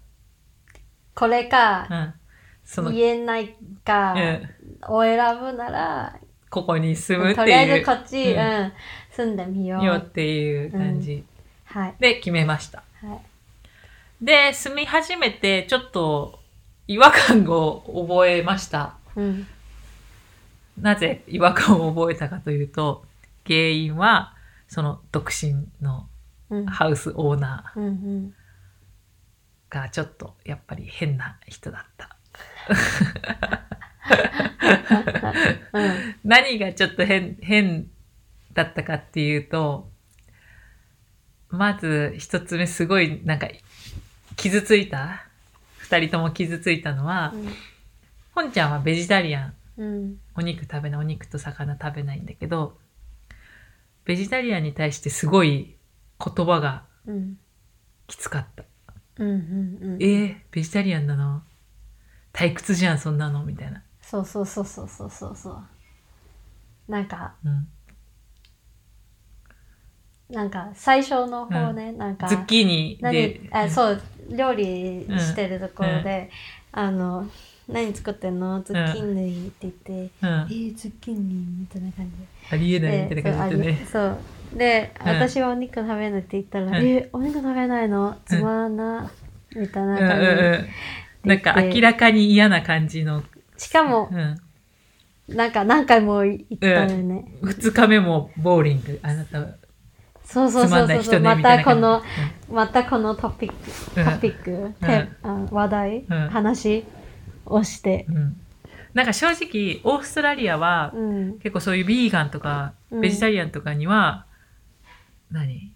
Speaker 3: これか
Speaker 2: う、ん。その、うん。
Speaker 3: 言えないかを選ぶなら、
Speaker 2: ここに住むって
Speaker 3: とりあえ
Speaker 2: い
Speaker 3: ず
Speaker 2: う
Speaker 3: こ。っち、
Speaker 2: う
Speaker 3: うんん住んでみよう。
Speaker 2: よっていう感じ
Speaker 3: はい。
Speaker 2: で決めました。
Speaker 3: はい
Speaker 2: で、住み始めて、ちょっと違和感を覚えました。
Speaker 3: うん
Speaker 2: なぜ違和感を覚えたかというと、原因は、その独身の
Speaker 3: うん
Speaker 2: ハウスオーナ
Speaker 3: うんうん
Speaker 2: ーがちょっとやっぱり変な人だった。
Speaker 3: うん
Speaker 2: 何がちょっと変、変だったかっていうと、まず一つ目すごいなんか傷ついた二人とも傷ついたのは、本ちゃんはベジタリアン。
Speaker 3: うん
Speaker 2: お肉食べない、お肉と魚食べないんだけど、ベジタリアンに対してすごい言葉が
Speaker 3: うん
Speaker 2: きつかった。
Speaker 3: うんうんうん
Speaker 2: えー、ベジタリアンなの退屈じゃん、そんなのみたいな。
Speaker 3: そうそうそうそうそうそうそう。なんか
Speaker 2: うん。
Speaker 3: なんか最初の方ね、なんか
Speaker 2: ズッキーニで
Speaker 3: 何。あそう料理してるところで、あの何作ってんのズッキーニって言って、
Speaker 2: う
Speaker 3: え
Speaker 2: ん。
Speaker 3: ー、ズッキーニみたいな感じ
Speaker 2: ありえないみた
Speaker 3: で
Speaker 2: いな感じでね。
Speaker 3: そうあれそうで、
Speaker 2: うん
Speaker 3: 私はお肉食べないって言ったら「
Speaker 2: うん
Speaker 3: えーお肉食べないのつまんな」みたいな
Speaker 2: うん
Speaker 3: 感じ、
Speaker 2: うんうんなんか明らかに嫌な感じの、
Speaker 3: しかも
Speaker 2: うん、
Speaker 3: なんか何回も言ったよね、
Speaker 2: 2日目もボーリングあなたは
Speaker 3: そうそう
Speaker 2: つま
Speaker 3: そ
Speaker 2: ん
Speaker 3: う
Speaker 2: ない
Speaker 3: そう
Speaker 2: 人ね
Speaker 3: ま
Speaker 2: みたい
Speaker 3: た
Speaker 2: な
Speaker 3: こ
Speaker 2: 感じ
Speaker 3: のまたこのトピック、
Speaker 2: うん
Speaker 3: トピック、てあ話題、
Speaker 2: うん
Speaker 3: 話をして
Speaker 2: う、んうんなんか正直オーストラリアは
Speaker 3: うん
Speaker 2: 結構そういうビーガンとか
Speaker 3: うん
Speaker 2: ベジタリアンとかには、何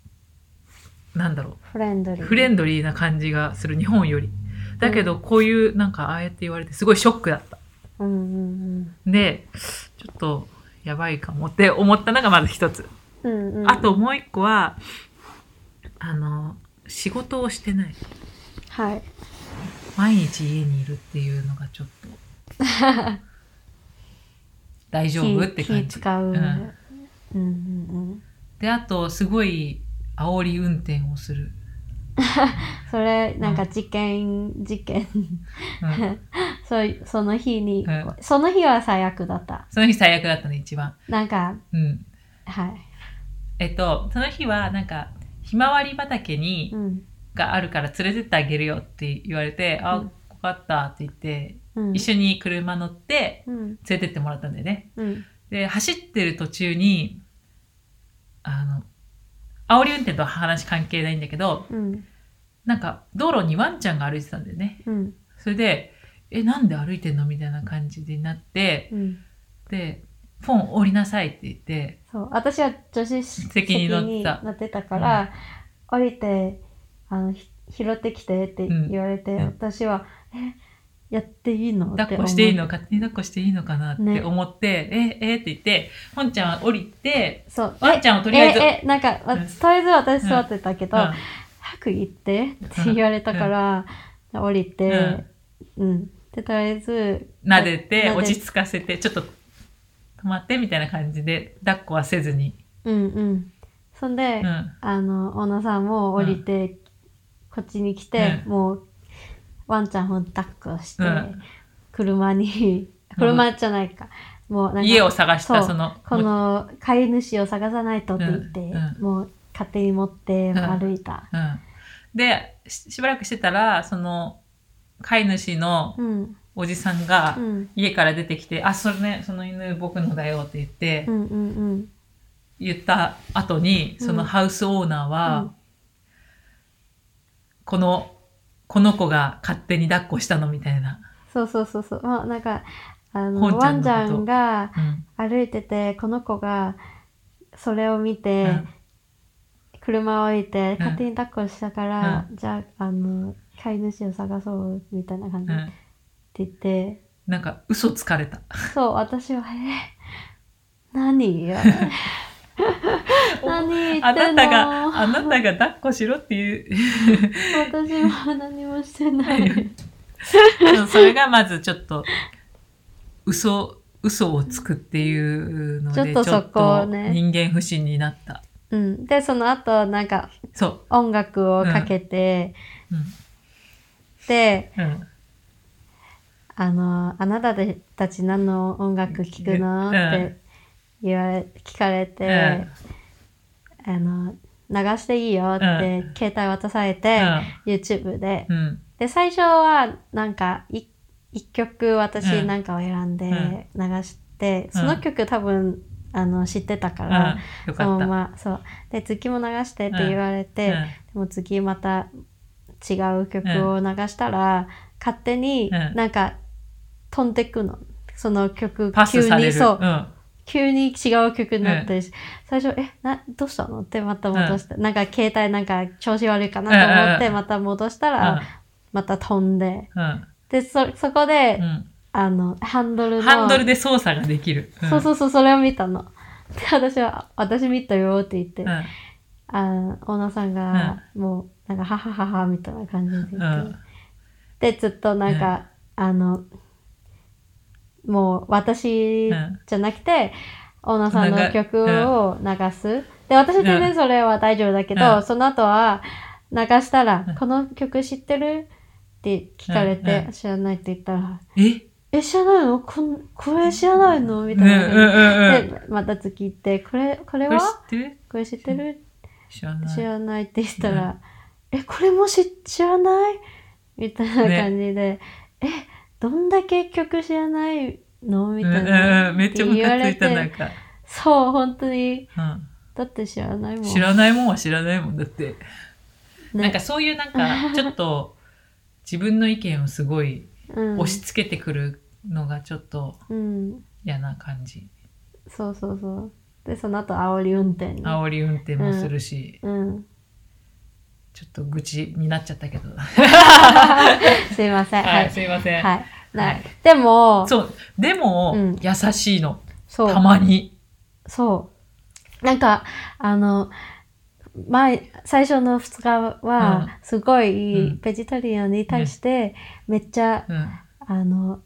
Speaker 2: なんだろ
Speaker 3: フレンドリ
Speaker 2: う
Speaker 3: ー
Speaker 2: フレンドリーな感じがする日本よりだけどこういうなんかああやって言われてすごいショックだった
Speaker 3: うんうん
Speaker 2: でちょっとやばいかもって 思ったのがまず一つ
Speaker 3: うんうんうん
Speaker 2: あともう一個はあの仕事をしてない
Speaker 3: はい
Speaker 2: 毎日家にいるっていうのがちょっ と大丈夫って感
Speaker 3: 気
Speaker 2: じ、
Speaker 3: 使う、う
Speaker 2: う
Speaker 3: んん、うんうん
Speaker 2: であとすごい煽り運転をする、
Speaker 3: それなんか事件、事件
Speaker 2: うん、
Speaker 3: そうその日に、
Speaker 2: うん
Speaker 3: その日は最悪だった
Speaker 2: その日最悪だったね一番、
Speaker 3: なんか
Speaker 2: うん、
Speaker 3: は
Speaker 2: えっとその日はなんかひまわり畑に、
Speaker 3: いうん、
Speaker 2: があるから連れてってあげるよって言われて、あ
Speaker 3: うん
Speaker 2: 分かったって言って
Speaker 3: うん、
Speaker 2: 一緒に車乗って
Speaker 3: うん
Speaker 2: 連れてってもらったんだよね、
Speaker 3: うん
Speaker 2: で、走ってる途中に、あの、煽り運転とは話関係ないんだけど、
Speaker 3: うん
Speaker 2: なんか道路にワンちゃんが歩いてたんだよね。
Speaker 3: うん
Speaker 2: それで、え、なんで歩いてんのみたいな感じになって、
Speaker 3: うん
Speaker 2: で、フォン降りなさいって言って、
Speaker 3: そう私は女子
Speaker 2: 席に乗ってた
Speaker 3: 席に乗ってたから、降りてあのひ拾ってきてって言われて、
Speaker 2: うん
Speaker 3: 私は「えやっていいの
Speaker 2: 抱っこしていいの
Speaker 3: って
Speaker 2: 勝手に抱っこしていいのかなって
Speaker 3: ね
Speaker 2: 思って、え、えって言って、本ちゃんは降りて、
Speaker 3: 思うそう
Speaker 2: ワンちゃんをとりあえず、
Speaker 3: ええなんか、わ
Speaker 2: うん
Speaker 3: とりあえず私座ってたけど、
Speaker 2: うん
Speaker 3: 早く行ってって言われたから、降りて、うん。で、とりあえず、
Speaker 2: 撫でて、
Speaker 3: 撫で
Speaker 2: 落ち着かせて、ちょっと止まってみたいな感じで、抱っこはせずに。
Speaker 3: うんうん。そんで、
Speaker 2: うん。
Speaker 3: あの、オーナーさんも降りて、こっちに来て、
Speaker 2: う
Speaker 3: もう、ワンちゃんほんと抱っこして、
Speaker 2: うん
Speaker 3: 車に、車じゃないか。もうなんか、
Speaker 2: 家を探し
Speaker 3: そ
Speaker 2: た、
Speaker 3: う
Speaker 2: その、
Speaker 3: この飼い主を探さないとって言って、
Speaker 2: うん
Speaker 3: もう勝手に持って
Speaker 2: ん
Speaker 3: 歩いた。
Speaker 2: うん。で、ししばらくしてたら、その、飼い主の
Speaker 3: うん。
Speaker 2: おじさんが
Speaker 3: う、ん。
Speaker 2: 家から出てきて、あ、それね、その犬僕のだよって言って、
Speaker 3: うんうんうん。
Speaker 2: 言った後に、そのハウスオーナーは、
Speaker 3: うん
Speaker 2: この、この子が勝手に抱っこしたのみたいな。
Speaker 3: そうそうそうそう。まあなんか、あ
Speaker 2: ほん
Speaker 3: の、
Speaker 2: ちゃ
Speaker 3: ワン
Speaker 2: んのこと
Speaker 3: ちゃんが
Speaker 2: うん。
Speaker 3: 歩いてて、この子がそれを見て、
Speaker 2: うん
Speaker 3: 車を置いて、勝手に抱っこしたから、じゃあ、あの、飼い主を探そうみたいな感じ
Speaker 2: う
Speaker 3: っ
Speaker 2: ん。
Speaker 3: て言 って、
Speaker 2: なんか、嘘つかれた。
Speaker 3: そう、私は、え 何何言ってんの
Speaker 2: あなたが、あなたが抱っこしろっていう。
Speaker 3: 私も何もしてない。
Speaker 2: それがまずちょっと、嘘、嘘をつくっていうので、
Speaker 3: ちょっとそこを
Speaker 2: ちょっ
Speaker 3: ね
Speaker 2: と人間不信になった。
Speaker 3: うん、でその後なんか
Speaker 2: そ
Speaker 3: 音楽をかけて、
Speaker 2: う。
Speaker 3: で
Speaker 2: うん。うん。
Speaker 3: あの「あなたたち何の音楽聴くの?」っ
Speaker 2: うん
Speaker 3: て言われ聞かれて、あの流していいよって、
Speaker 2: うん
Speaker 3: 携帯渡されて、YouTube で
Speaker 2: うん。うん。
Speaker 3: で最初はなんかい一曲
Speaker 2: う
Speaker 3: 私
Speaker 2: ん
Speaker 3: なんかを選ん
Speaker 2: うん
Speaker 3: で流して、
Speaker 2: うん
Speaker 3: その曲多分あの知ってたか
Speaker 2: うん
Speaker 3: ら、そ
Speaker 2: よか
Speaker 3: の
Speaker 2: った。
Speaker 3: ままそうで次も流してって言われて、でも次また違う曲を流したら、勝手に
Speaker 2: うん
Speaker 3: なんか飛んでくの。その
Speaker 2: う
Speaker 3: 曲
Speaker 2: ん、パス
Speaker 3: 急
Speaker 2: され
Speaker 3: に
Speaker 2: る。
Speaker 3: そう、
Speaker 2: うん。
Speaker 3: 急に違う曲になったりし、最初えなどうしたのってまた戻して、なんか携帯なんか調子悪いかなと思っ
Speaker 2: うんうんう
Speaker 3: て
Speaker 2: ん
Speaker 3: また戻したら、また飛んで
Speaker 2: うん。
Speaker 3: でそそこで、
Speaker 2: うん。
Speaker 3: あのハンドル
Speaker 2: うん。
Speaker 3: の
Speaker 2: ハンドルで操作ができる。。
Speaker 3: そうそううそうそれを見たので私は「私見たよ」って言って、
Speaker 2: うん。
Speaker 3: あのオーナーさんが、もうなんか「はははは」みたいな感じで言って、
Speaker 2: うん。
Speaker 3: でずっとなんか、あのもう私
Speaker 2: うん
Speaker 3: じゃなくて、オーナーさん
Speaker 2: なん
Speaker 3: の
Speaker 2: か
Speaker 3: 曲を流す、で私全
Speaker 2: う
Speaker 3: 然
Speaker 2: ん
Speaker 3: それは大丈夫だけど、
Speaker 2: うん
Speaker 3: その後は流したら、
Speaker 2: うん
Speaker 3: この曲知ってる?」って聞かれて、
Speaker 2: うんうん
Speaker 3: 知らないって言ったら
Speaker 2: え
Speaker 3: 「え知らないのこんこれ知らないの?」み
Speaker 2: うんう
Speaker 3: たいな、
Speaker 2: んうんうん。
Speaker 3: でまた次行って「これこれ
Speaker 2: これ知
Speaker 3: は
Speaker 2: ってる
Speaker 3: これ知ってる
Speaker 2: 知らない。
Speaker 3: 知らないって言ったら、え、これもし知らないみたいな感じで、え、どんだけ曲知らないのみたいな、
Speaker 2: うんうんめっちゃムカついた、なんか。
Speaker 3: そう、本当に。
Speaker 2: うん
Speaker 3: だって知らないもん。
Speaker 2: 知らないもんは知らないもんだって。
Speaker 3: ね
Speaker 2: なんか、そういうな んか、ちょっと、自分の意見をすごい
Speaker 3: うん、
Speaker 2: 押し付けてくるのがちょっと
Speaker 3: うん。
Speaker 2: 嫌な感じ。
Speaker 3: そうそうそう。で、その後、煽り運転ね。
Speaker 2: 煽り運転もするし、
Speaker 3: うん。
Speaker 2: ちょっと愚痴になっちゃったけど。
Speaker 3: すいません。は
Speaker 2: はい、
Speaker 3: い。
Speaker 2: すいません。
Speaker 3: はい。な
Speaker 2: はい
Speaker 3: でも、
Speaker 2: そう。でも、
Speaker 3: うん
Speaker 2: 優しいの。
Speaker 3: そう。
Speaker 2: たまに。
Speaker 3: そう。なんか、あの、前、最初の2日
Speaker 2: うん
Speaker 3: は、すごい、
Speaker 2: うん
Speaker 3: ベジタリアンに対して、めっちゃ、
Speaker 2: うん。
Speaker 3: あの、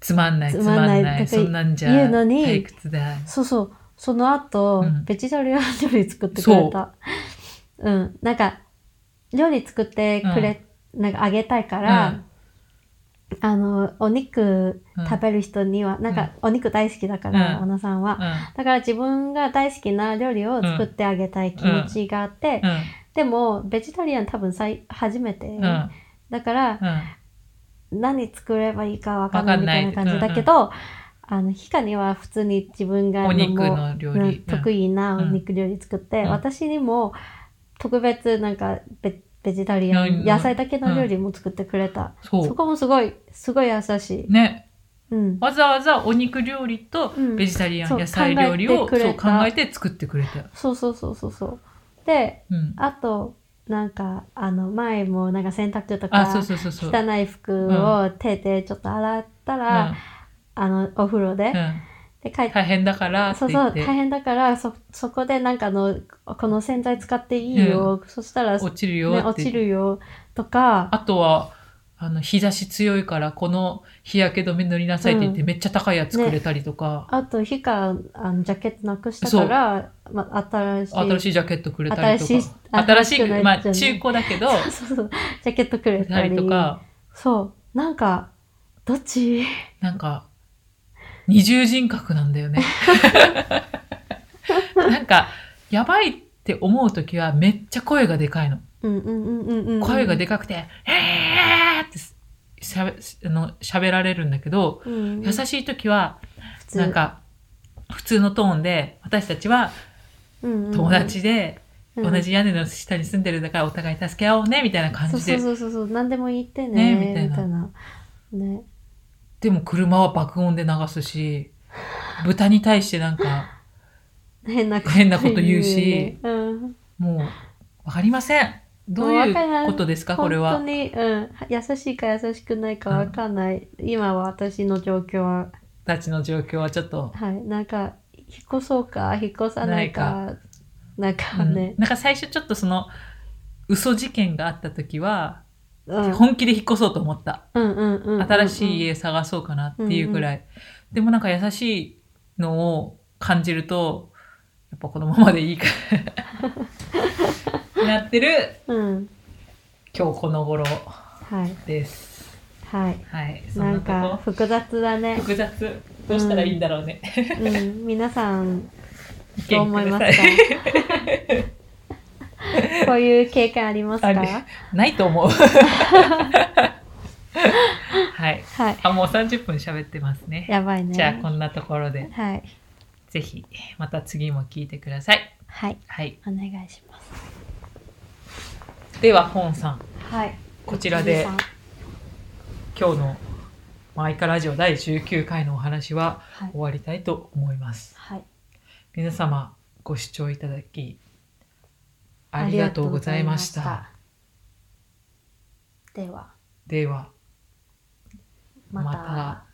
Speaker 2: つまんない、つ
Speaker 3: つ
Speaker 2: まん
Speaker 3: まん
Speaker 2: な。
Speaker 3: ないいとか
Speaker 2: そんなんじゃ、
Speaker 3: 言うのに
Speaker 2: 退屈だ。
Speaker 3: そうそう、その後、
Speaker 2: うん
Speaker 3: ベジタリアン料理作ってくれた。うん、なんか、料理作ってくれ、なんかあげたいから、あの、お肉食べる人には、なんか、お肉大好きだから、
Speaker 2: うん
Speaker 3: 小野さんは。
Speaker 2: うん。
Speaker 3: だから自分が大好きな料理を作ってあげたい気持ちがあって、
Speaker 2: うん。
Speaker 3: でもベジタリアン多分さい初めて、
Speaker 2: うん。うん。
Speaker 3: だから
Speaker 2: うん
Speaker 3: 何作ればいいかわかんない
Speaker 2: わかん
Speaker 3: み
Speaker 2: な
Speaker 3: た
Speaker 2: い
Speaker 3: いな感じだけど、あのヒカには普通に自分が
Speaker 2: お肉
Speaker 3: もう
Speaker 2: の料理
Speaker 3: うん得意な
Speaker 2: うん
Speaker 3: お肉料理作って、
Speaker 2: うん
Speaker 3: 私にも特別なんかベベジタリア
Speaker 2: うん
Speaker 3: ン野菜だけの料理も作ってくれた、
Speaker 2: そ。
Speaker 3: そうこもすごいすごい優しい、
Speaker 2: ね。
Speaker 3: うん、
Speaker 2: わざわざお肉料理と
Speaker 3: うん
Speaker 2: ベジタリアン、
Speaker 3: そう
Speaker 2: 野菜料理
Speaker 3: 考えて
Speaker 2: を
Speaker 3: く
Speaker 2: そう
Speaker 3: れ
Speaker 2: 考
Speaker 3: た
Speaker 2: えて作ってくれた。
Speaker 3: そうそうそうそうそうで
Speaker 2: うん。
Speaker 3: あとなんか、あの、前もなんか洗濯と
Speaker 2: あ、そう
Speaker 3: か、
Speaker 2: そうそうそう。
Speaker 3: 汚い服を手でちょっと洗ったら、あの、お風呂で
Speaker 2: う、んうん
Speaker 3: で、帰って
Speaker 2: 大変だからって
Speaker 3: そう
Speaker 2: 言
Speaker 3: そう、
Speaker 2: っ
Speaker 3: 大
Speaker 2: て、
Speaker 3: 変だから、そ、そこでなんかあの、この洗剤使っていいよ、そしたら、
Speaker 2: 落ちるよ
Speaker 3: ね、
Speaker 2: っ
Speaker 3: 落ち
Speaker 2: て。
Speaker 3: るよ、とか、
Speaker 2: あとは、あの、日差し強いから、この日焼け止め塗りなさいって言って、
Speaker 3: う
Speaker 2: めっちゃ高いやつくれたりとか、
Speaker 3: あと、ヒカ、あの、ジャケットなくしたから、まあ、新しい。
Speaker 2: 新しいジャケットくれたりとか、
Speaker 3: 新
Speaker 2: 新
Speaker 3: し
Speaker 2: し
Speaker 3: い
Speaker 2: い、
Speaker 3: 新しくなっちゃうね
Speaker 2: まあ、中古だけど、く
Speaker 3: そうそう。ジャケットくれ
Speaker 2: れ
Speaker 3: た
Speaker 2: た
Speaker 3: り
Speaker 2: りとか、
Speaker 3: そう。なんか、どっち
Speaker 2: なんか、二重人格なんだ よね。なんか、やばいって思うときは、めっちゃ声がでかいの。
Speaker 3: うんうんうんうんうん。
Speaker 2: 声がでかくて、えーってしゃべあの喋られるんだけど、
Speaker 3: うんうん、
Speaker 2: 優しい時は、
Speaker 3: 普通
Speaker 2: なん、か、普通のトーンで、私たちは
Speaker 3: うんうんうん
Speaker 2: 友達で、
Speaker 3: うん
Speaker 2: 同じ屋根の下に住んでるんだからお互い助け合おうね、みたいな感じで。
Speaker 3: そうそうそうそうそう、何でも言ってね、
Speaker 2: ねみたい
Speaker 3: み
Speaker 2: な
Speaker 3: たいな。ね。
Speaker 2: でも車は爆音で流すし、豚に対してなんか、
Speaker 3: 変なこと
Speaker 2: 変なこと言うし
Speaker 3: 言うよねうん。
Speaker 2: もう、わかりません。どうい
Speaker 3: わかんないう
Speaker 2: ことですか、これ
Speaker 3: 本
Speaker 2: は。
Speaker 3: 当に、うん。優しいか優しくないかわかんない。今は私の状況は、
Speaker 2: たちの状況はちょっと、
Speaker 3: はい。なんか、引っ越そうか、引っ越さないか、なんかね
Speaker 2: うん。なんか最初ちょっとその、嘘事件があった時は、
Speaker 3: うん
Speaker 2: 本気で引っ越そうと思った。
Speaker 3: うんうんうんうんうん
Speaker 2: 新しい家探そうかなっていうぐらい。でもなんか優しいのを感じると、やっぱこのままでいいか なってる
Speaker 3: うん
Speaker 2: 今日この頃
Speaker 3: はい
Speaker 2: です。
Speaker 3: はい
Speaker 2: はい。そん
Speaker 3: な
Speaker 2: なんと
Speaker 3: か
Speaker 2: こ
Speaker 3: 複雑だね、
Speaker 2: 複雑。どうしたらいいんだろうね。
Speaker 3: うん、皆さん
Speaker 2: 意見くださ
Speaker 3: どう思いますか こういう経験ありますか
Speaker 2: あれないと思う。はい。
Speaker 3: はい
Speaker 2: あ、もう30分喋ってますね。
Speaker 3: やばいね
Speaker 2: じゃあこんなところで、
Speaker 3: はい
Speaker 2: ぜひまた次も聞いてください。
Speaker 3: はい
Speaker 2: はい。
Speaker 3: お願いします
Speaker 2: では、本さん。
Speaker 3: はい
Speaker 2: こちらで今日のマイカラジオ第19回のお話は
Speaker 3: はい
Speaker 2: 終わりたいと思います。
Speaker 3: はい
Speaker 2: 皆様ご視聴いただきありがとうございました。
Speaker 3: ありがとうございましたでは
Speaker 2: では、
Speaker 3: また
Speaker 2: また